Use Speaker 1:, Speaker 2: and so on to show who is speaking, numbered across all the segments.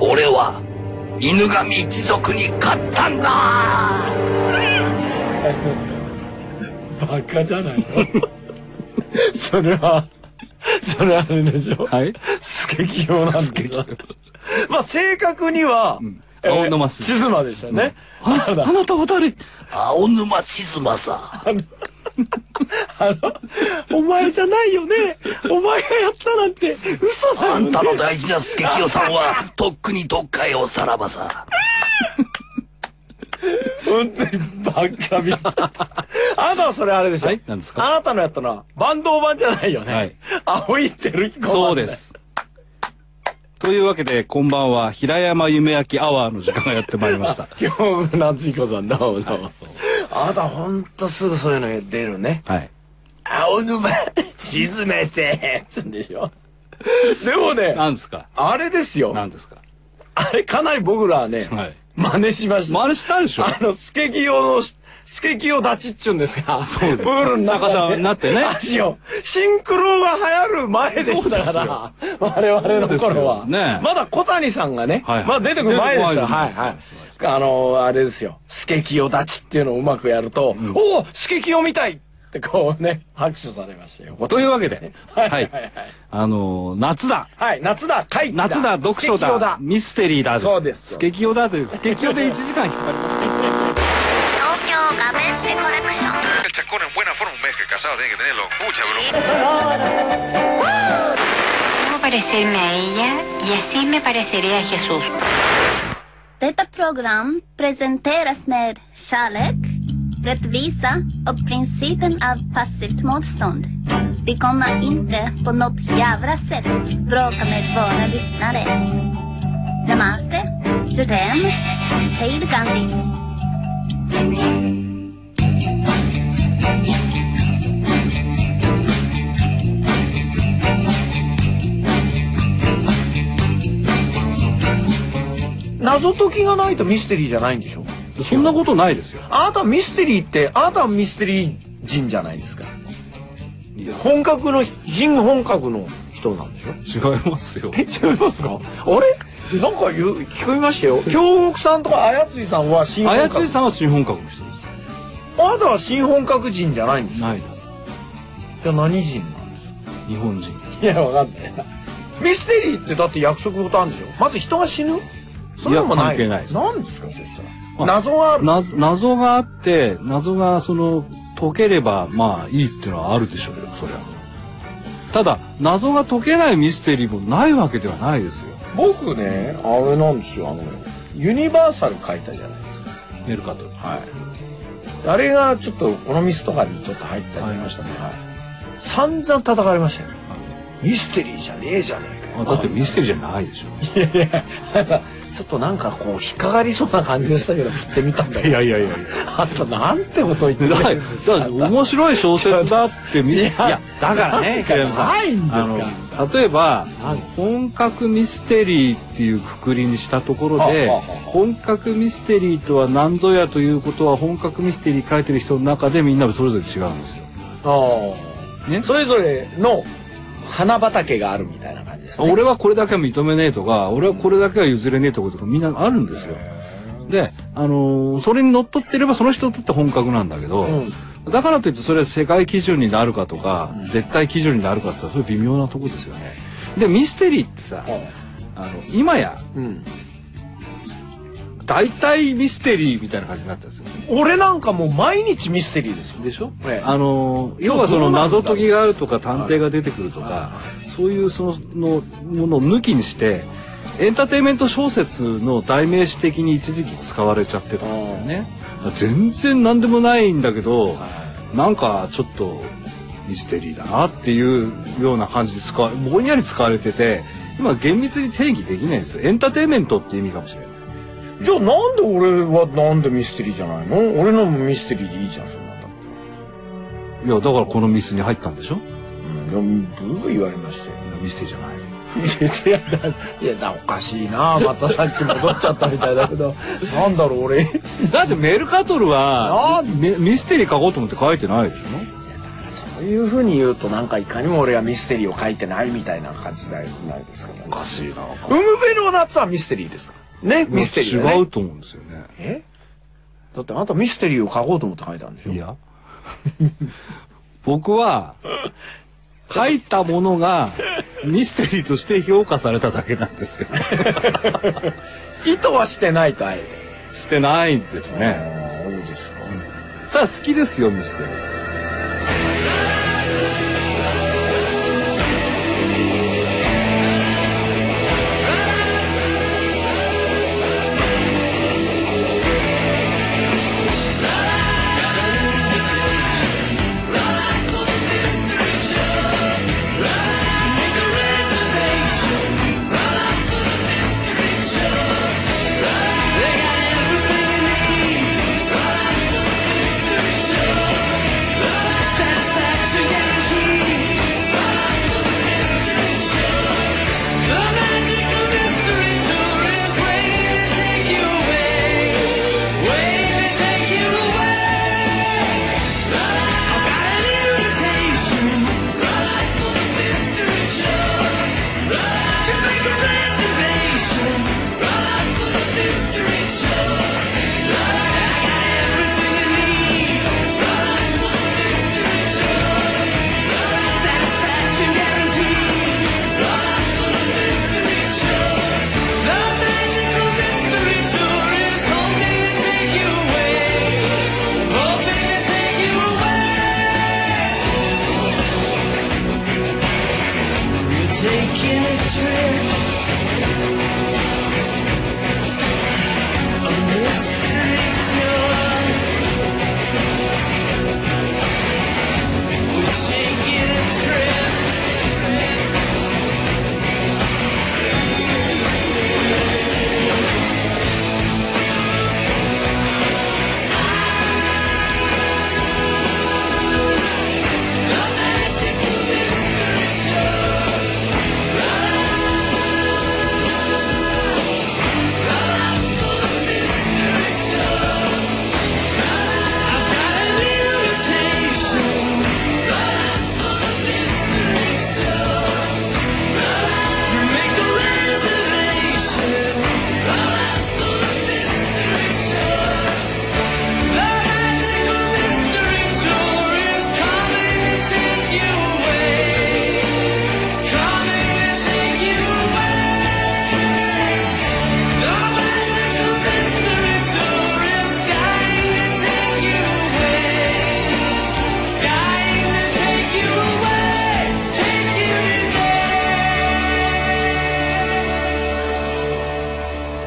Speaker 1: 俺は犬神一族に勝ったんだ
Speaker 2: バカじゃないの
Speaker 3: それは、それはあれでしょ
Speaker 4: はい。
Speaker 3: スケキヨなんだ。まあ正確には、えー
Speaker 4: 青沼静
Speaker 3: 静馬でしたね。あ
Speaker 4: あなたは誰
Speaker 1: 青沼静馬さ
Speaker 3: お前じゃないよね。お前がやったなんて嘘だ
Speaker 1: あ
Speaker 3: よ
Speaker 1: ん
Speaker 3: ね。
Speaker 1: たの大事な助清さん はとっくにどっかへおさらばさ
Speaker 3: 本当にバカみたい。あなたはそれあれでしょ。
Speaker 4: はい何ですか
Speaker 3: あなたのやったのは、バンド版じゃないよね。
Speaker 4: はい。
Speaker 3: 青いてる
Speaker 4: そうで。す。というわけで、こんばんは、平山夢明アワーの時間がやってまいりま した。
Speaker 3: 今日、夏彦さんだ、どうもどうもあなたほんとすぐそういうのが出るね。
Speaker 4: はい。
Speaker 3: 青沼、沈めてつんでしょ。でもね、
Speaker 4: 何ですか
Speaker 3: あれですよ。
Speaker 4: 何ですか
Speaker 3: あれかなり僕らはね、
Speaker 4: はい。
Speaker 3: 真似しました。
Speaker 4: 真似したでしょ
Speaker 3: あの、スケキヨの、スケキヨ立ちっちゅうんですか。そう
Speaker 4: です
Speaker 3: プールの中で
Speaker 4: 逆さになってね
Speaker 3: 足を。シンクロが流行る前でしたから、我々の頃は。
Speaker 4: そうですよね
Speaker 3: まだ小谷さんがね、
Speaker 4: はいはい
Speaker 3: まだ出てくる前でした。
Speaker 4: 出てくる前
Speaker 3: は
Speaker 4: で
Speaker 3: い
Speaker 4: す
Speaker 3: はい。あの、あれですよ。スケキヨ立ちっていうのをうまくやると、おおスケキヨみたいってこうね、拍手されましたよ。
Speaker 4: というわけで、
Speaker 3: はい
Speaker 4: は
Speaker 3: はいいはい。
Speaker 4: あのー、夏だ
Speaker 3: はい、夏だ、会期だ。
Speaker 4: 夏だ、読書
Speaker 3: スケキヨ
Speaker 4: だ、ミステリーだです。
Speaker 3: そうです
Speaker 4: スケキヨだという、スケキヨで1時間引っ張ります。
Speaker 5: 東京ガメンテコレクション
Speaker 6: El chacón en buena forma, un mes que casado tiene que tenerlo. Mucha broma.
Speaker 7: Debo parecerme a ella y así me pareceré a Jesús.
Speaker 8: Detta program presenteras med kärlek, rättvisa och principen av passivt motstånd. Vi kommer inte på något jävla sätt bråka med våra lyssnare. Namaste, Jodem, Hej Gandhi.
Speaker 3: 謎解きがないとミステリーじゃないんでしょ
Speaker 4: そんなことないですよ。
Speaker 3: あなたはミステリーってあなたはミステリー人じゃないですか本格の人本格の人なんでしょ
Speaker 4: 違いますよ。
Speaker 3: 違いますかあれなんか言う聞こえましたよ京極さんとかあやついさんは新
Speaker 4: あ
Speaker 3: 本
Speaker 4: やつ
Speaker 3: 格
Speaker 4: いさんは新本格の人で。
Speaker 3: あなたは新本格人じゃないんですす
Speaker 4: ないです。
Speaker 3: じゃあ何人なんで
Speaker 4: 日本人。
Speaker 3: すかいやわかんないミステリーってだって約束事あるんでしょまず人が死ぬそれもない
Speaker 4: いや関係ないです
Speaker 3: 何ですかそした
Speaker 4: あ
Speaker 3: ら謎はある
Speaker 4: 謎謎があって、謎がその、解ければ、まあいいっていうのはあるでしょうよ、そりゃ。ただ、謎が解けないミステリーもないわけではないですよ。
Speaker 3: 僕ねあれなんですよあのユニバーサル書いたじゃないですか
Speaker 4: メルカトル。
Speaker 3: はい。あれがちょっとこのミスとかにちょっと入ったり
Speaker 4: 入りましたね
Speaker 3: はい。散々叩かれましたよ。ミステリーじゃねえじゃねえかよ。
Speaker 4: あだってミステリーじゃないでしょ。
Speaker 3: いやいや、なんか ちょっとなんかこう引っかかりそうな感じがしたけど振ってみたんだけど。
Speaker 4: いやいやいや。
Speaker 3: あんたなんてこと言って
Speaker 4: だ
Speaker 3: るんです か
Speaker 4: だ面白い小説だって みい
Speaker 3: 違う
Speaker 4: やだから ね平山さん
Speaker 3: ないんですか
Speaker 4: あの例えば
Speaker 3: 何です
Speaker 4: 本格ミステリーっていうくくりにしたところで
Speaker 3: はあはあはあ
Speaker 4: 本格ミステリーとは何ぞやということは本格ミステリー書いてる人の中でみんなそれぞれ違うんですよ。
Speaker 3: ああ
Speaker 4: ね
Speaker 3: それぞれの花畑があるみたいな感じですね。
Speaker 4: 俺はこれだけは認めねえとか俺はこれだけは譲れねえとかとかみんなあるんですよ。で、あのーそれにのっとってればその人にとって本格なんだけど、だからといってそれは世界基準になるかとか、絶対基準になるかって言ったらそれ微妙なとこですよね。でミステリーってさ、あの今や
Speaker 3: うん。
Speaker 4: 大体ミステリーみたいな感じになったんですよ。
Speaker 3: 俺なんかもう毎日ミステリーですよ。
Speaker 4: でしょ、
Speaker 3: ええ
Speaker 4: あの要はその謎解きがあるとか探偵が出てくるとかそういうそののものを抜きにしてエンターテインメント小説の代名詞的に一時期使われちゃってたんですよね。全然何でもないんだけどなんかちょっとミステリーだなっていうような感じで使わぼんやり使われてて今厳密に定義できないんですよ。エンターテインメントって意味かもしれない。
Speaker 3: じゃあなんで俺はなんでミステリーじゃないの俺のもミステリーでいいじゃん、そんなんだって。
Speaker 4: いやだからこのミスに入ったんでしょ
Speaker 3: うん、でもブーブー言われましたよ。
Speaker 4: ミステリーじゃない。
Speaker 3: いや、いや、おかしいなまたさっき戻っちゃったみたいだけど、なんだろう、俺。
Speaker 4: だってメルカトル
Speaker 3: な
Speaker 4: はミミステリー書こうと思って書いてないでしょ
Speaker 3: そいうふうに言うとなんかいかにも俺はミステリーを書いてないみたいな感じだよないですかね。
Speaker 4: おかしいな。
Speaker 3: 海辺の夏はミステリーですからねミステリーだね
Speaker 4: 違うと思うんですよね。
Speaker 3: えだってあなたミステリーを書こうと思って書いたんでしょ
Speaker 4: いや。僕は、書いたものがミステリーとして評価されただけなんですよ。
Speaker 3: 意図はしてないとあえて
Speaker 4: してないんですね。
Speaker 3: そうですか
Speaker 4: ただ好きですよ、ミステリー。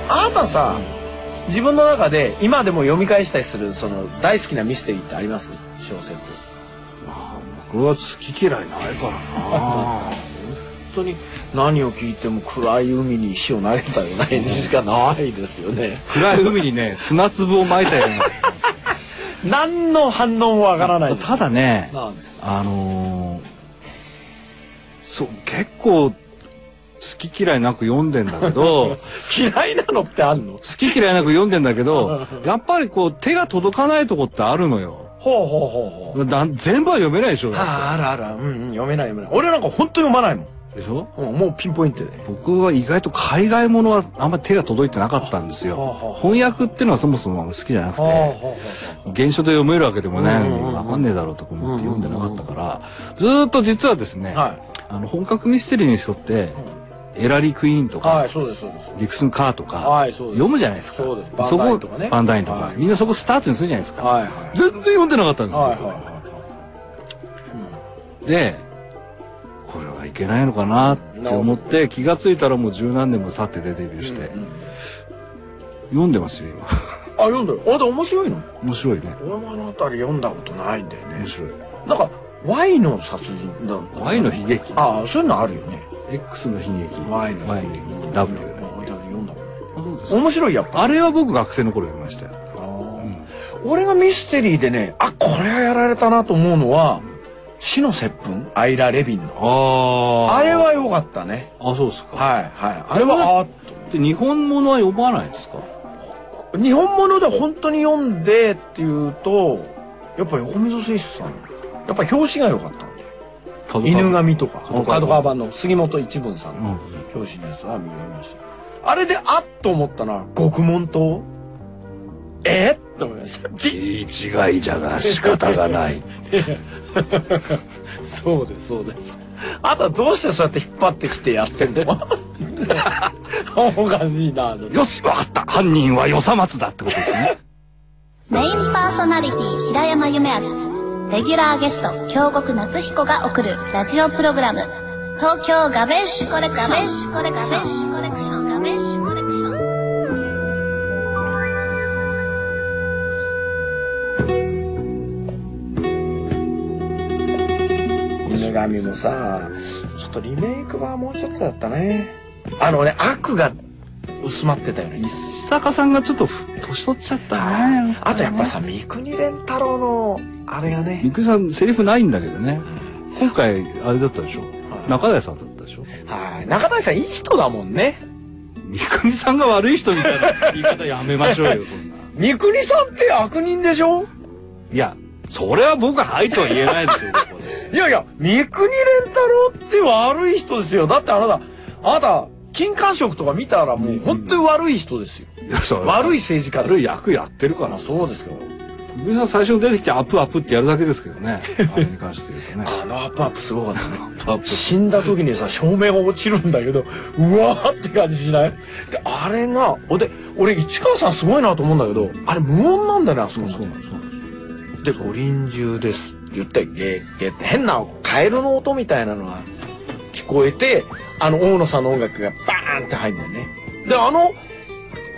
Speaker 3: あなたさ自分の中で今でも読み返したりするその大好きなミステリーってあります小説
Speaker 4: 僕は好き嫌いないからな。
Speaker 3: 本当に何を聞いても暗い海に石を投げたような返事しかないですよね
Speaker 4: 暗い海にね、砂粒を撒いたような。
Speaker 3: 何の反応もわからないです
Speaker 4: ただね、
Speaker 3: なんです
Speaker 4: あのーそう、結構、好き嫌いなく読んでんだけど、
Speaker 3: 嫌いなのってあんの
Speaker 4: 好き嫌いなく読んでんだ けど、やっぱりこう、手が届かないとこってあるのよ。
Speaker 3: ほうほうほうほう
Speaker 4: だ全部は読めないでしょ。
Speaker 3: あああるあるうん、うん、読めない読めない俺なんか本当読まないもん、
Speaker 4: でしょ
Speaker 3: うん、もうピンポイントで
Speaker 4: 僕は意外と海外ものはあんまり手が届いてなかったんです
Speaker 3: はあはあ
Speaker 4: よ
Speaker 3: は。あ
Speaker 4: 翻訳っていうのはそもそも好きじゃなく
Speaker 3: はあは
Speaker 4: て、原書で読めるわけでもないの
Speaker 3: うんうんう
Speaker 4: に、
Speaker 3: ん
Speaker 4: わかんねえだろうとか思って読んでなかったから、ずーっと実はですね、
Speaker 3: あはあはい
Speaker 4: あの、本格ミステリーの人って、エラリー・クイーンとか、
Speaker 3: はいそうですそうです
Speaker 4: ディクスン・カーとか、
Speaker 3: はいそうです
Speaker 4: 読むじゃないですか。
Speaker 3: そうです
Speaker 4: そこ
Speaker 3: バンダインとかね
Speaker 4: バンダインとか、
Speaker 3: はい
Speaker 4: みんなそこスタートにするじゃないですか。
Speaker 3: はいはい
Speaker 4: 全然読んでなかったんですよ。
Speaker 3: はいはいは
Speaker 4: で、これはいけないのかなって思って、気がついたらもう十何年も経って出てデビューして、
Speaker 3: い、うん、
Speaker 4: 読んでますよ、今。
Speaker 3: あ読んだよあでも面白いの
Speaker 4: 面白いね。
Speaker 3: 俺もあの辺り読んだことないんだよね
Speaker 4: 面白い。
Speaker 3: なんか Y の殺人だ
Speaker 4: Y の悲劇。
Speaker 3: ああそういうのあるよね
Speaker 4: X の悲劇。
Speaker 3: Y の悲劇俺
Speaker 4: W。
Speaker 3: だけ読んだことない
Speaker 4: あそうです
Speaker 3: 面白いやっぱ
Speaker 4: あれは僕学生の頃読みましたよ。
Speaker 3: 俺がミステリーでねあこれはやられたなと思うのは死の接吻アイラ・レビンの
Speaker 4: あ
Speaker 3: あれは良かったね
Speaker 4: あ、そうですか。
Speaker 3: はいはいあれはあーっ
Speaker 4: で日本物は読まないですか
Speaker 3: と日本物で本当に読んでっていうとやっぱ横溝正史さんやっぱ表紙が良かったの
Speaker 4: 角川
Speaker 3: 犬神とか
Speaker 4: 角川
Speaker 3: 角川版の杉本一文さん
Speaker 4: う
Speaker 3: の
Speaker 4: ん
Speaker 3: 表紙のやつは見ましたあれであっと思ったのは獄門島えっと思いました
Speaker 4: 気違いじゃが仕方がない。
Speaker 3: そうですそうですあとはどうしてそうやって引っ張ってきてやってんの おかしいな
Speaker 4: よし、わかった。犯人は与謝松だってことですね。
Speaker 8: メインパーソナリティ平山夢明レギュラーゲスト京極夏彦が送るラジオプログラム東京ガベッシュコレクションガベッシュコレクションガベッシュコレクション
Speaker 3: 犬神もさちょっとリメイクはもうちょっとだったねあのね悪が薄まってたよね
Speaker 4: 石坂さんがちょっとふ年取っちゃったね。
Speaker 3: あとやっぱさ三國連太郎のあれがね
Speaker 4: みくりさん、セリフないんだけどね。今回、あれだったでしょ
Speaker 3: はい
Speaker 4: 中谷さんだったでしょ
Speaker 3: はい中谷さんいい人だもんね
Speaker 4: みくりさんが悪い人みたいな言い方やめましょうよ、そんな。
Speaker 3: 三國さんって悪人でしょ
Speaker 4: いや、それは僕ははいとは言えないですよ、ここで。
Speaker 3: いやいや三國連太郎って悪い人ですよだってあなたあなた金環食とか見たらもう本当に悪い人ですよ、悪い
Speaker 4: い、
Speaker 3: 政治家
Speaker 4: 悪
Speaker 3: です
Speaker 4: い役やってるから。
Speaker 3: あそうですけど
Speaker 4: みくりさん最初に出てきてアップアップってやるだけですけどね。あれに関して言うと ね。
Speaker 3: あのアップアップすごかったね
Speaker 4: アップアップ。
Speaker 3: 死んだ時にさ照明が落ちるんだけどうわーって感じしないであれがおで俺市川さんすごいなと思うんだけどあれ無音なんだよねあそこそうなんですで「五輪中です」って言ってゲーゲーって変なカエルの音みたいなのが聞こえてあの大野さんの音楽がバーンって入るんだよねであの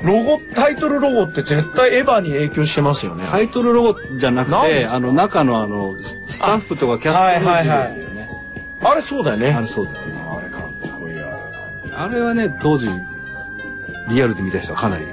Speaker 3: ロゴタイトルロゴって絶対エヴァに影響してますよね
Speaker 4: タイトルロゴじゃなく
Speaker 3: 何で
Speaker 4: て、
Speaker 3: すか
Speaker 4: あの中のあの、ススタッフとかキャストの字ですよね。
Speaker 3: あれそうだよね
Speaker 4: あれそうですね。
Speaker 3: れかっこいいあれ
Speaker 4: あれはね、当時、リアルで見た人はかなり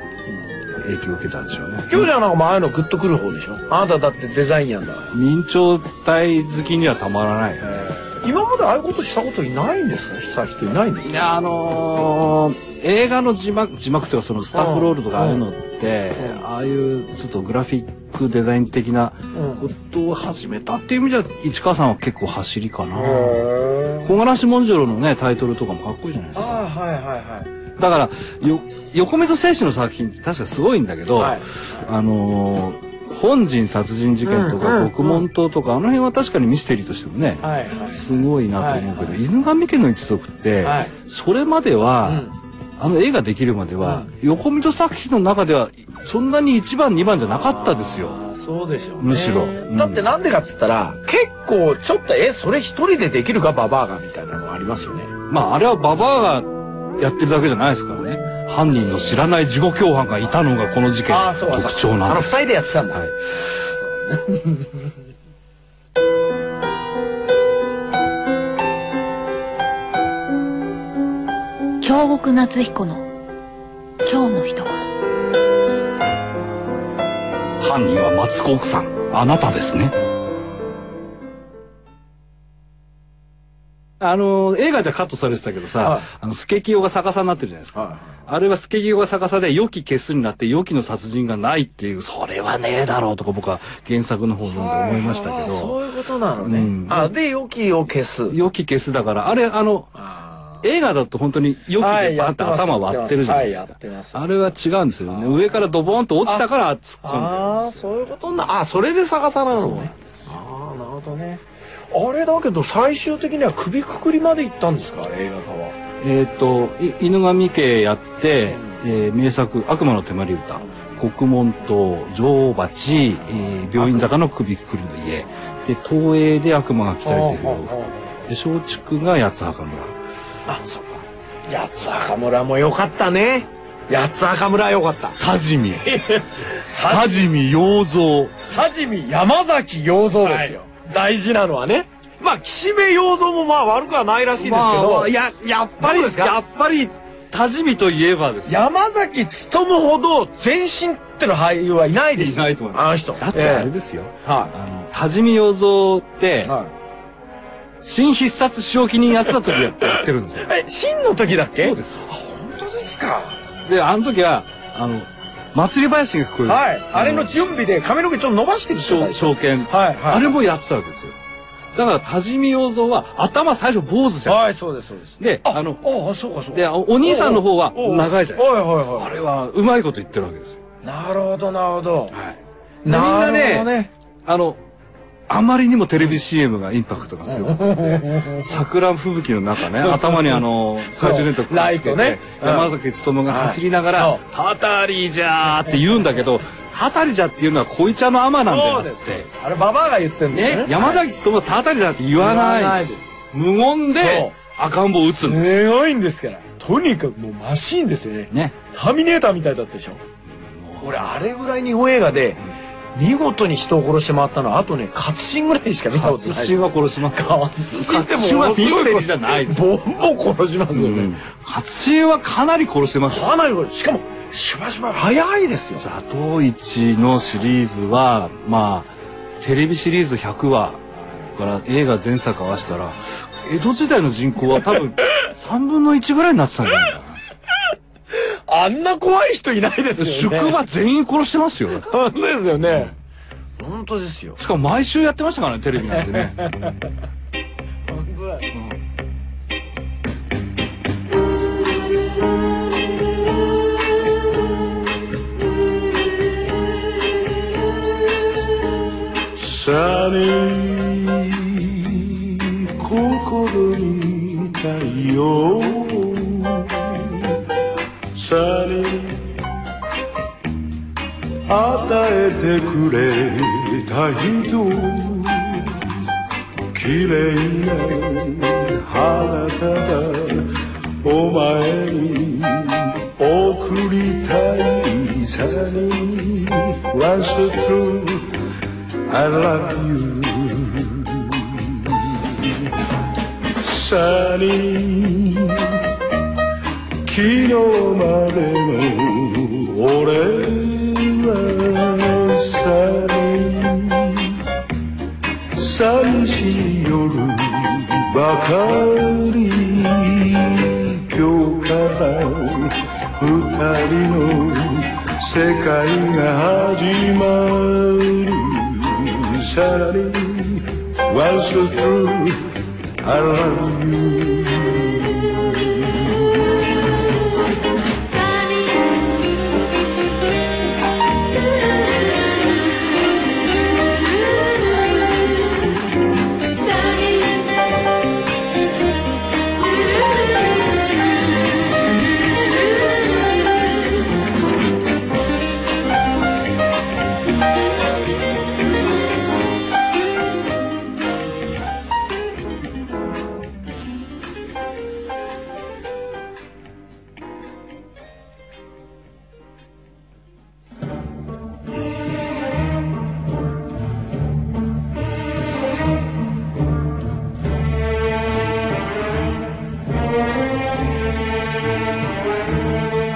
Speaker 4: 影響を受けたんでしょうね。
Speaker 3: 今日じゃなんか前のグッとくる方でしょあなただってデザインやんだから
Speaker 4: 明朝体好きにはたまらないよね。
Speaker 3: 今までああいうことしたこといないんですかした人いないんです
Speaker 4: い
Speaker 3: か
Speaker 4: や、あのー映画の字幕、字幕というかそのスタッフロールとかああいうのって、ああいうちょっとグラフィックデザイン的なことを始めたっていう意味では、市川さんは結構走りかな。小柄志文次郎のね、タイトルとかもかっこいいじゃないですか。
Speaker 3: あはいはい
Speaker 4: だからよ横溝正史の作品って確かすごいんだけど、
Speaker 3: はい
Speaker 4: あのー本陣殺人事件とか、獄門島とかあの辺は確かにミステリーとしてもね、
Speaker 3: はいはいはい
Speaker 4: すごいなと思うけど、犬神家の一族って、
Speaker 3: はい
Speaker 4: それまでは、あの絵ができるまでは、横溝作品の中ではそんなに1番2番じゃなかったですよ。
Speaker 3: ああそうでしょうね
Speaker 4: むしろ
Speaker 3: だってなんでかっつったら結構ちょっとえそれ一人でできるかババアがみたいなのがありますよね
Speaker 4: まああれはババアがやってるだけじゃないですからね。犯人の知らない自己共犯がいたのがこの事件の特徴
Speaker 3: あ
Speaker 4: なん
Speaker 3: の
Speaker 4: で
Speaker 3: 二
Speaker 4: す。
Speaker 3: 人でやってたんだ
Speaker 4: はい
Speaker 9: 京極夏彦の今日の一言
Speaker 4: 犯人は松子奥さんあなたですねあの映画じゃカットされてたけどさ、
Speaker 3: はい
Speaker 4: あのスケキオが逆さになってるじゃないですか、
Speaker 3: は
Speaker 4: あれはスケキオが逆さで良き消すになって良きの殺人がないっていうそれはねえだろうとか僕は原作の方読んで思いました
Speaker 3: ああ
Speaker 4: けど
Speaker 3: そういうことなのね、
Speaker 4: うん
Speaker 3: あで良きを消す
Speaker 4: 良き消すだからあれあの
Speaker 3: あ
Speaker 4: 映画だと本当に良きでバンって頭割ってるじゃないです
Speaker 3: はいや
Speaker 4: か
Speaker 3: ってます
Speaker 4: あれは違うんですよね上からドボンと落ちたから突っ込ん
Speaker 3: ああそういうことなあそれで逆さなのねああなるほどねあれだけど最終的には首くくりまで行ったんですか映画化は
Speaker 4: でるえっ、とい犬神家やって、えー名作「悪魔の手まり歌」「国門島」「女王蜂」えー病院坂の首くくりの家」で東映で「悪魔が来たり」という洋服で松竹が「八つ墓村」
Speaker 3: あそっか八つ赤村も良かったね八つ赤村良かった
Speaker 4: 「多治見」「 多治見洋蔵」
Speaker 3: はじみ山崎洋蔵ですよ、大事なのはねまあ岸辺洋蔵もまあ悪くはないらしいですけど、
Speaker 4: まあまあややっぱり
Speaker 3: どうですか
Speaker 4: やっぱり多治見といえばですよ
Speaker 3: 山崎努ほど全身っての俳優はいないですよ
Speaker 4: いないと思います
Speaker 3: あの人
Speaker 4: だってあれですよ、
Speaker 3: ええは
Speaker 4: あの多治見洋蔵って
Speaker 3: い、はい
Speaker 4: 新必殺仕置き人やってた時やってやってるんですよ
Speaker 3: え、真の時だっけ
Speaker 4: そうです
Speaker 3: あ、本当ですか。
Speaker 4: であの時はあの祭り林が聞こえる
Speaker 3: はい。あれの準備で髪の毛ちょっと伸ばしてきてた
Speaker 4: 証
Speaker 3: でしょ。
Speaker 4: 証券、
Speaker 3: はいはい
Speaker 4: あれもやってたわけですよだから多治見洋蔵は頭最初坊主じゃん。
Speaker 3: はい、そうです、そうです。
Speaker 4: で
Speaker 3: あ
Speaker 4: あの
Speaker 3: ああ、そうか、そうか。
Speaker 4: でおお兄さんの方は長いじゃな
Speaker 3: で
Speaker 4: いですす
Speaker 3: か。
Speaker 4: か
Speaker 3: はい、はい、はい
Speaker 4: あれはうまいこと言ってるわけですよ。。
Speaker 3: なるほど、なるほど。
Speaker 4: はい。みん
Speaker 3: な
Speaker 4: な
Speaker 3: る
Speaker 4: ね
Speaker 3: ほどね。
Speaker 4: あの、あまりにもテレビ CM がインパクトが強くて、桜吹雪の 中ね、頭にあの、懐中電灯くっつ
Speaker 3: そ
Speaker 4: け
Speaker 3: うライ
Speaker 4: て
Speaker 3: トね、うん
Speaker 4: 山崎努が走りなが
Speaker 3: は
Speaker 4: ら
Speaker 3: い、
Speaker 4: たたりじゃーって言うんだけど、たたりじゃっていうのは恋茶の甘なんだよ
Speaker 3: そう
Speaker 4: っ
Speaker 3: ですそう
Speaker 4: て
Speaker 3: で。す。あれ、ババアが言ってんだよ
Speaker 4: ね
Speaker 3: ね。、
Speaker 4: 山崎努はたたりだって言わ
Speaker 3: 言わな
Speaker 4: ないい
Speaker 3: です。
Speaker 4: 無言
Speaker 3: そう
Speaker 4: で赤ん坊を打つんです。
Speaker 3: すごいんですから。とにかくもうマシーンですよね。
Speaker 4: ね。
Speaker 3: ターミネーターみたいだったでしょ。俺、あれぐらい日本映画で、見事に人を殺して回ったのは、あとね、活心ぐらいしか見たことない。
Speaker 4: 勝新は殺しますよ。
Speaker 3: 勝
Speaker 4: 勝新は見捨てりじゃないです。
Speaker 3: ボンボン殺しますよね。
Speaker 4: 勝新はかなり殺してますよ。
Speaker 3: かなりこれしかもしばしば早いですよ
Speaker 4: ザトウイチのシリーズはまあテレビシリーズ100話から映画全作合わせたら江戸時代の人口は多 分3分の1ぐらいになってたんじゃないか
Speaker 3: あんな怖い人いないです
Speaker 4: な
Speaker 3: よ ね
Speaker 4: 宿場全員殺してますよ
Speaker 3: 本当ですよね本当ですよ
Speaker 4: しかも毎週やってましたからねテレビなんて ね
Speaker 3: 本当だよ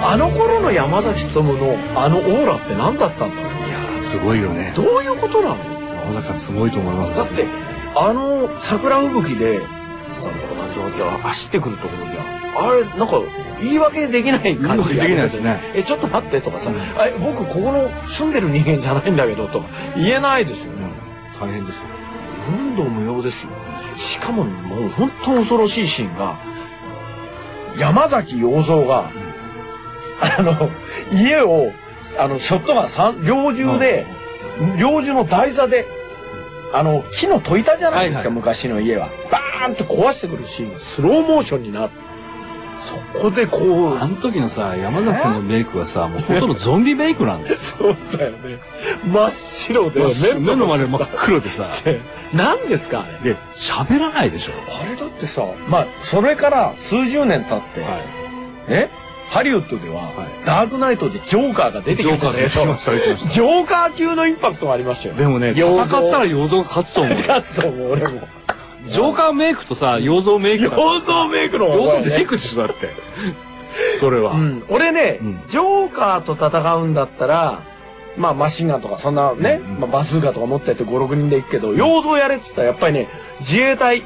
Speaker 3: あの頃の山崎努のあのオーラって何だったんだろ
Speaker 4: いやーすごいよね
Speaker 3: うどういうことなの
Speaker 4: 山崎さんすごいと思います
Speaker 3: だってあの桜吹雪でなんとかなんとかって走ってくるところじゃんあれなんか言い訳できない感じ
Speaker 4: 言い訳できないですね
Speaker 3: えちょっと待ってとかさ、え僕ここの住んでる人間じゃないんだけどとか言えないですよね
Speaker 4: 大変ですよ
Speaker 3: 問答無用ですよしかももう本当恐ろしいシーンが山崎洋蔵が、あの家をあのショットガン三猟銃で、猟銃の台座であの木の戸板じゃないですか、
Speaker 4: はいはい
Speaker 3: 昔の家はバーンと壊してくるシーンがスローモーションになってそこでこう
Speaker 4: あの時のさ山崎さんのメイクはさもうほとんどゾンビメイクなんです
Speaker 3: そうだよね真っ白で
Speaker 4: 目の前で真っ黒でさ
Speaker 3: して 何ですかあれ
Speaker 4: で喋らないでしょ
Speaker 3: あれだってさまあそれから数十年経って、ねハリウッドでは、
Speaker 4: はい
Speaker 3: ダークナイトでジョーカーが出てき
Speaker 4: ジョーカ
Speaker 3: ま
Speaker 4: ー
Speaker 3: した
Speaker 4: 出てきま
Speaker 3: ね
Speaker 4: した出てきまし
Speaker 3: ジョーカー級のインパクトがありましたよ
Speaker 4: たでもね戦
Speaker 3: 洋
Speaker 4: っ
Speaker 3: 蔵
Speaker 4: たら洋蔵が勝つと思う
Speaker 3: 勝つと思う俺も
Speaker 4: ジョーカーメイクとさ洋蔵メイクだ
Speaker 3: 洋蔵メイクの方が
Speaker 4: 洋
Speaker 3: 怖
Speaker 4: 蔵
Speaker 3: いね
Speaker 4: メイクでしょだって それは、
Speaker 3: うん、俺ね、
Speaker 4: うん
Speaker 3: ジョーカーと戦うんだったらまあマシンガンとかそんなね、
Speaker 4: うんうん
Speaker 3: まあ、バズーカとか持ってって56人で行くけど洋蔵やれっつったらやっぱりね自衛隊いい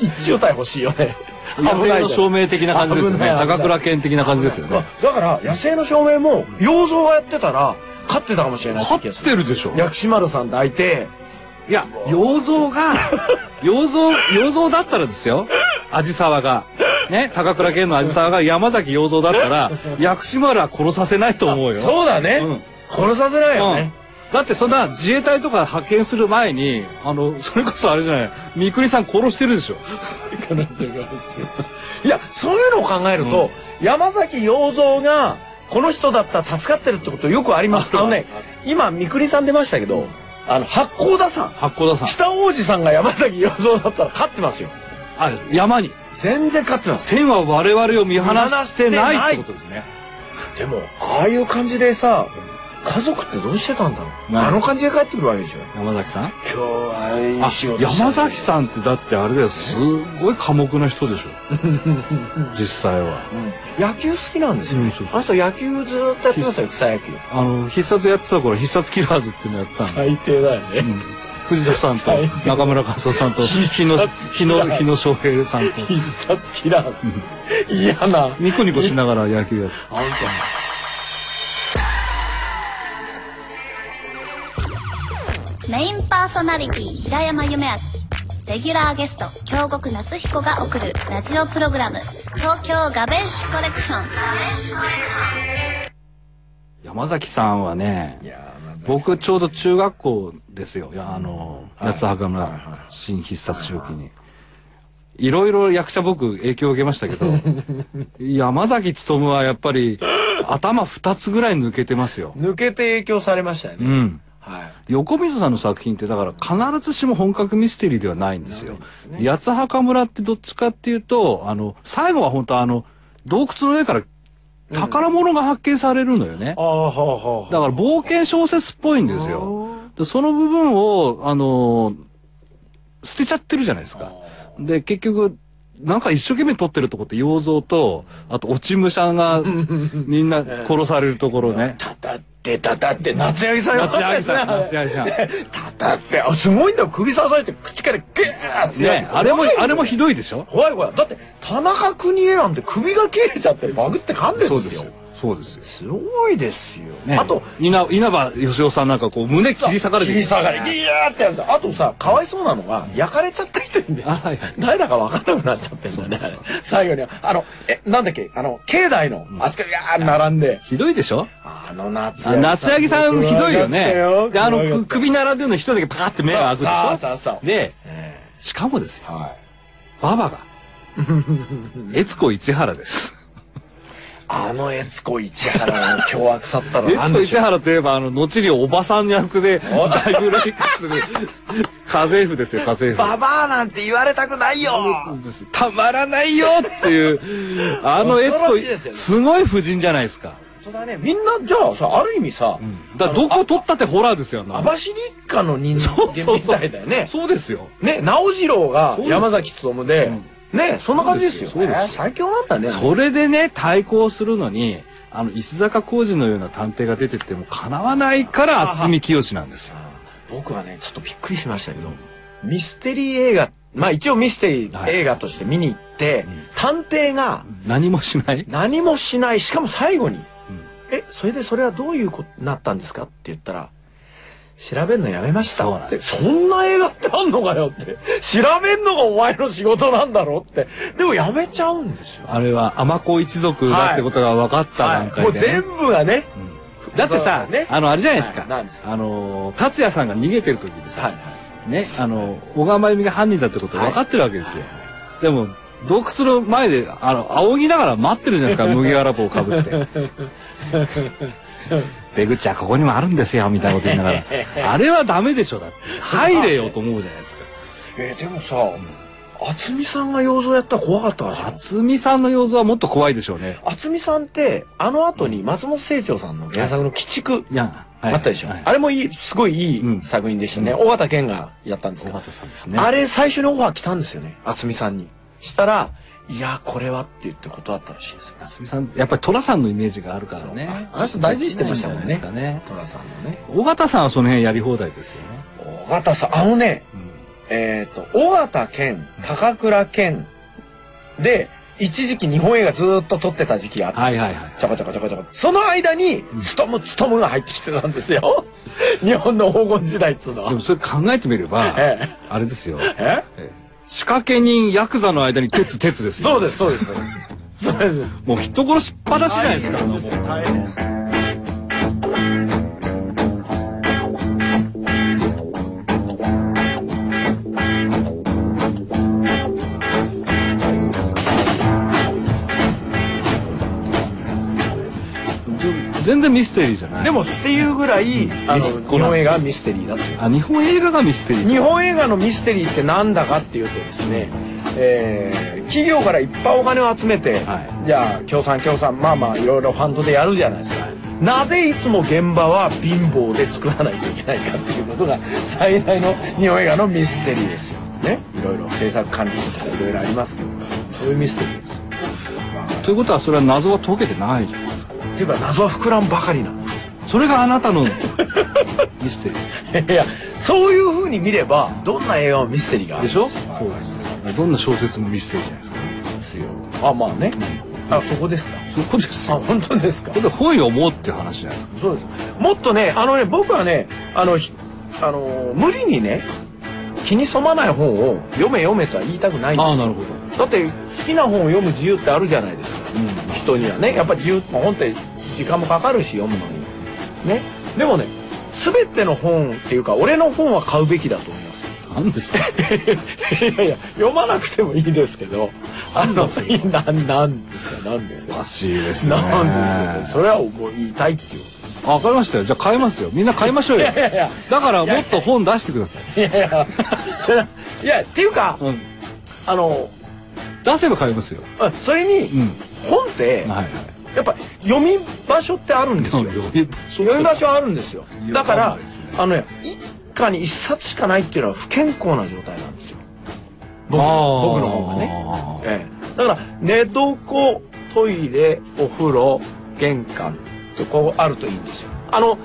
Speaker 3: 一中隊欲しいよ ね危ない
Speaker 4: 野
Speaker 3: じゃ
Speaker 4: 生
Speaker 3: ん
Speaker 4: の照明的な感じですよ
Speaker 3: 危な
Speaker 4: ね
Speaker 3: い危ない
Speaker 4: 高倉健的な感じですよね
Speaker 3: あだから野生の照明も洋蔵がやってたら勝ってたかもしれない
Speaker 4: 勝
Speaker 3: 気が
Speaker 4: っ
Speaker 3: する
Speaker 4: てるでしょ
Speaker 3: 薬師丸さん抱いて
Speaker 4: いや、洋蔵 が、洋蔵、洋蔵だったらですよ。味沢が。ね、高倉健の味沢が山崎洋蔵だったら、薬師丸は殺させないと思うよ。
Speaker 3: そうだね、
Speaker 4: うん
Speaker 3: 殺させないよ
Speaker 4: うん
Speaker 3: ね、
Speaker 4: だってそんな自衛隊とか派遣する前に、あの、それこそあれじゃない、三國さん殺してるでしょ。
Speaker 2: 可 能性がある必要
Speaker 3: いやそういうのを考えると、山崎洋蔵がこの人だったら助かってるってことよくありますあのね今三國さん出ましたけど、あの八甲田山
Speaker 4: 八甲田さん。
Speaker 3: 北王子さんが山崎洋蔵だったら勝ってますよ
Speaker 4: あ、山に。
Speaker 3: 全然勝ってます
Speaker 4: 天は我々を見放してないってことですね。
Speaker 3: でもああいう感じでさ家族ってどうしてたんだろう、
Speaker 4: ね
Speaker 3: あの感じで帰ってくるわけでしょ
Speaker 4: 山崎さん
Speaker 3: 今日はい
Speaker 4: あ
Speaker 3: い仕事した
Speaker 4: 山崎さんってだってあれだよ、すっごい寡黙な人でし ょ。実際は。
Speaker 3: 野球好きなんですよ、
Speaker 4: うんそうそう
Speaker 3: あの人野球ずーっとやってますよ草野球
Speaker 4: あの、必殺やってた頃、必殺キラーズっていうのやってたの。
Speaker 2: 最低だよね
Speaker 4: うん藤田さんと
Speaker 2: 最低
Speaker 4: 中村和夫さんと
Speaker 2: 必殺
Speaker 4: 日
Speaker 2: キラー
Speaker 4: 野
Speaker 2: ズ
Speaker 4: 日野日野翔平さんと
Speaker 2: 必殺キラーズ嫌な
Speaker 4: ニコニコしながら野球やってた
Speaker 8: メインパーソナリティ平山夢明レギュラーゲスト京極夏彦が送るラジオプログラム東京ガベッシュコレクション
Speaker 4: 山崎さんはね僕ちょうど中学校ですよいやあの夏葉村新必殺周期にいろいろ役者僕影響を受けましたけど 山崎努はやっぱり頭2つぐらい抜けてますよ
Speaker 3: 抜けて影響されましたよね、
Speaker 4: うん
Speaker 3: はい
Speaker 4: 横水さんの作品ってだから必ずしも本格ミステリーではないんですよ。八つ墓村ってどっちかっていうと、あの、最後は本当あの、洞窟の上から宝物が発見されるのよね。
Speaker 3: ああはあはあはあ
Speaker 4: だから冒険小説っぽいんですよ。でその部分を、あのー捨てちゃってるじゃないですか。で、結局、なんか一生懸命撮ってるとこって洋蔵と、あと落ち武 者がみんな殺されるところね。
Speaker 3: たたってたたって夏柳さん
Speaker 4: 夏柳さん、 夏
Speaker 3: ん
Speaker 4: 柳さん。
Speaker 3: たたってあすごいんだよ首支えて口からグーッてやる
Speaker 4: ねあれも、あれもひどいでしょ
Speaker 3: 怖い怖いだって田中邦衛なんて首が切れちゃってバグって噛んでるんですよ
Speaker 4: そうですよ。
Speaker 3: すごいですよ、
Speaker 4: ね、
Speaker 3: あと
Speaker 4: 稲稲葉義雄さんなんかこう胸切り裂かれて
Speaker 3: 切り裂かれてギャーってやるんだあとさかわいそうなのが焼かれちゃった人いるんだよ
Speaker 4: あはいはい
Speaker 3: 誰だか分からなくなっちゃってんだよねあれ最後にはあのえなんだっけあの境内のあそこにガーッ並んで
Speaker 4: ひどいでしょ
Speaker 3: あの夏
Speaker 4: あ夏柳さんひどいよね。で、あの
Speaker 2: 怖かったよ
Speaker 4: く首並んでるの一人だけパーって目が開くでしょ
Speaker 3: そうそうそう
Speaker 4: で、
Speaker 3: え
Speaker 4: しかもですよ
Speaker 3: え、はい
Speaker 4: ババが、 悦子市 原です。
Speaker 3: あの悦子市原の凶悪さったら
Speaker 4: 悦
Speaker 3: 何
Speaker 4: 子
Speaker 3: でし
Speaker 4: 市
Speaker 3: ょう
Speaker 4: 原といえば、あの、後におばさん役で
Speaker 3: お
Speaker 4: 大ブレイク する、家政婦ですよ、家政婦
Speaker 1: バ。バアなんて言われたくないよ
Speaker 4: たまらないよっていう、あの悦
Speaker 3: 恐ろしいですよ
Speaker 4: 子、
Speaker 3: ね
Speaker 4: すごい婦人じゃないですか。
Speaker 3: 本当だねみんなじゃあさある意味さ、
Speaker 4: だからどこ取ったってホラーですよ。
Speaker 3: 網走一家の人間みたいだよね
Speaker 4: そうですよ。
Speaker 3: ね直次郎が
Speaker 4: そうですよ
Speaker 3: 山崎努でねそんな感じですよ
Speaker 4: そうですよそう
Speaker 3: えー最強なんだね
Speaker 4: それでね、対抗するのに、あの、石坂浩二のような探偵が出てっても叶わないから、渥美清なんですよ。
Speaker 3: 僕はねちょっとびっくりしましたけどミステリー映画まあ一応ミステリー映画として見に行って、探偵が
Speaker 4: 何もしない。
Speaker 3: 何もしないしかも最後に「えそれでそれはどういうことになったんですか?」って言ったら「調べるのやめました」
Speaker 4: そうな
Speaker 3: っ
Speaker 4: ん
Speaker 3: て
Speaker 4: で
Speaker 3: そんな映画ってあんのかよ」って「調べんのがお前の仕事なんだろ」ってでもやめちゃうんですよ。
Speaker 4: あれは、天子一族だってことが分かった段
Speaker 3: も
Speaker 4: 階
Speaker 3: う
Speaker 4: でね。
Speaker 3: 全部がね、
Speaker 4: だってさ
Speaker 3: そうだね、
Speaker 4: あの、あれじゃないですか
Speaker 3: はいなんです。
Speaker 4: あの、達也さんが逃げてる時に
Speaker 3: はい
Speaker 4: さ、ね、あの、小川真由美が犯人だってこと分かってるわけですよ。でも、洞窟の前で、あの、仰ぎながら待ってるじゃないで すか、麦わら帽をかぶって。出口はここにもあるんですよ、みたいなこと言いなが ら。あれはダメでしょ、だって。入れよと思うじゃないですか。
Speaker 3: えーでもさ渥美さんが洋蔵やったら怖かったかしら
Speaker 4: 渥美さんの様子はもっと怖いでしょうね。
Speaker 3: 渥美さんってあの後に松本清張さんの原作の「鬼畜」
Speaker 4: いや、はい
Speaker 3: あったでしょ、
Speaker 4: はい
Speaker 3: あれもいいすごいい
Speaker 4: うん
Speaker 3: い作品でしたね、尾形健がやったんです
Speaker 4: 尾
Speaker 3: けど
Speaker 4: 形さんですね。
Speaker 3: あれ最初にオファー来たんですよね渥美さんにしたら「いやこれは」って言って断ったらしいですよ
Speaker 4: 渥美さん、やっぱり寅さんのイメージがあるからね。
Speaker 3: あの人大事にしてましたもん
Speaker 4: ない
Speaker 3: ね
Speaker 4: じゃないですかね。
Speaker 3: 寅さんのね
Speaker 4: 尾形さんはその辺やり放題ですよね。
Speaker 3: 尾形さんあのねえっ、と尾形健高倉健で一時期日本映画ずーっと撮ってた時期があって、
Speaker 4: はいはいはい
Speaker 3: ちょこちょこちょこちょこ。その間に、つとむつとむが入ってきてたんですよ。 日本の黄金時代っつうの
Speaker 4: で
Speaker 3: は
Speaker 4: も。それ考えてみれば、
Speaker 3: ええ
Speaker 4: あれですよ。
Speaker 3: え
Speaker 4: 仕掛け人、ヤクザの間に鉄、鉄ですよ。
Speaker 3: そうです、 そうです。そうです。
Speaker 4: もう人殺しっぱなしじゃないですか。もう全然ミステリーじゃない。
Speaker 3: でもっていうぐらい、あの
Speaker 4: ミス
Speaker 3: 日本映画はミステリーだっていう
Speaker 4: あ、日本映画がミステリー。
Speaker 3: 日本映画のミステリーってなんだかっていうとですね、えー企業からいっぱいお金を集めて、
Speaker 4: はい
Speaker 3: じゃあ協賛協賛まあまあいろいろファンドでやるじゃないですか。なぜいつも現場は貧乏で作らないといけないかっていうこと が最大の日本映画のミステリーですよ。ね、いろいろ制作管理とかいろいろありますけど、そういうミステリーです。
Speaker 4: ということはそれは謎は解けてないじゃん。
Speaker 3: っていうか謎は膨らんばかりなんです。
Speaker 4: それがあなたの ミステリ
Speaker 3: いや、そういう風に見ればどんな映画もミステリーがあ
Speaker 4: ー
Speaker 3: る
Speaker 4: でしょそうです。どんな小説もミステリーじゃないですか。
Speaker 3: あ、まあね。あ、そこですか。
Speaker 4: そこです
Speaker 3: あ、
Speaker 4: よ。
Speaker 3: 本当ですか
Speaker 4: こ。れで本読もうっていう話じゃないですか。
Speaker 3: そうです。もっとね、あのね、僕はね、あの、ひあのー無理にね、気に染まない本を読め読めとは言いたくないんですよ
Speaker 4: ああ、なるほど。
Speaker 3: だって好きな本を読む自由ってあるじゃないですか、人にはねやっぱ自由本って時間もかかるし読むのにねでもね全ての本っていうか俺の本は買うべきだと思います
Speaker 4: 何ですか
Speaker 3: いやいや読まなくてもいいですけどあのいいななんですかなんです
Speaker 4: お
Speaker 3: よ
Speaker 4: かしいですね。
Speaker 3: なんですよねそれはもう言いたいっていう
Speaker 4: あわかりましたよ。じゃあ買いますよ。みんな買いましょうよ。
Speaker 3: いやいや
Speaker 4: だからもっと本出してください。
Speaker 3: いやいや それいやっていうか
Speaker 4: うん。
Speaker 3: あの
Speaker 4: 出せば買いますよ。
Speaker 3: うんそれに、
Speaker 4: うん。
Speaker 3: 本って
Speaker 4: はいはい。
Speaker 3: やっぱ読み場所ってあるんですよ読み場所あるんですよだから、あのね一家に一冊しかないっていうのは不健康な状態なんですよ僕僕の方がね、
Speaker 4: ね。
Speaker 3: ええ、だから寝床トイレお風呂玄関とこうあるといいんですよあの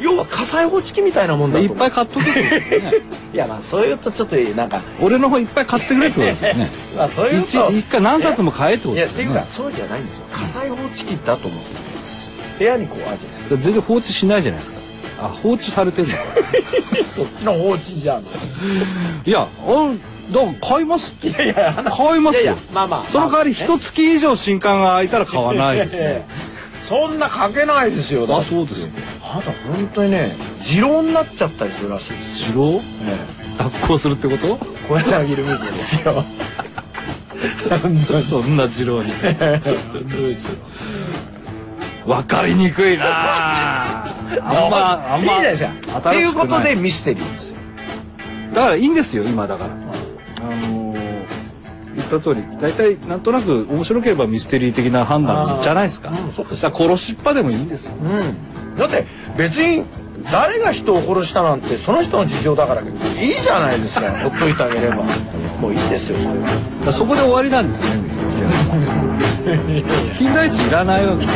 Speaker 3: 要は火災報知器みたいなもんだと
Speaker 4: い
Speaker 3: 思
Speaker 4: っ
Speaker 3: う
Speaker 4: ぱい買っとくってことです よね。
Speaker 3: いやまあそういうとちょっとなんか、
Speaker 4: 俺の本いっぱい買ってくれってことですよね。
Speaker 3: まあ、そういう
Speaker 4: 一
Speaker 3: と
Speaker 4: 一回何冊も買えってこと
Speaker 3: いや
Speaker 4: で
Speaker 3: っ
Speaker 4: す
Speaker 3: てい
Speaker 4: よ
Speaker 3: うか
Speaker 4: ね。
Speaker 3: そうじゃないんですよ火災報知器だと思って部屋にこうあるじゃないですか
Speaker 4: 全然放置しないじゃないですか。あ、放置されてる のか。
Speaker 3: そっちの放置じゃん
Speaker 4: いや、あ、だから買いますって。
Speaker 3: いや
Speaker 4: 買いま
Speaker 3: いや
Speaker 4: す
Speaker 3: い
Speaker 4: よ
Speaker 3: や。まあまあ
Speaker 4: その代わり一月以上新刊が開いたら買わない ですね。
Speaker 3: そんな書けないですよだ
Speaker 4: あ、
Speaker 3: って
Speaker 4: そうですよ。
Speaker 3: あなた本当にね持論になっちゃったりするらしいですよ、
Speaker 4: 城を脱行するってこと
Speaker 3: 小柳ルミ子です よ本当に
Speaker 4: そんな二郎に。 わかりにくいなあ。あんま、あん
Speaker 3: いいじ
Speaker 4: ま。
Speaker 3: ゃないですかとい
Speaker 4: 新し
Speaker 3: う
Speaker 4: くな
Speaker 3: ことで、ミステリーですよ
Speaker 4: だからいいんですよ、今だから。あのー言った通り、大体なんとなく面白ければミステリー的な判断じゃないですか。だから殺しっぱでもいいんですよ。
Speaker 3: うんだって別に誰が人を殺したなんてその人の事情だからいいじゃないですかほっといてあげれば もういいですよそれは
Speaker 4: だからそこで終わりなんですよ ね。近代値いらないわけ。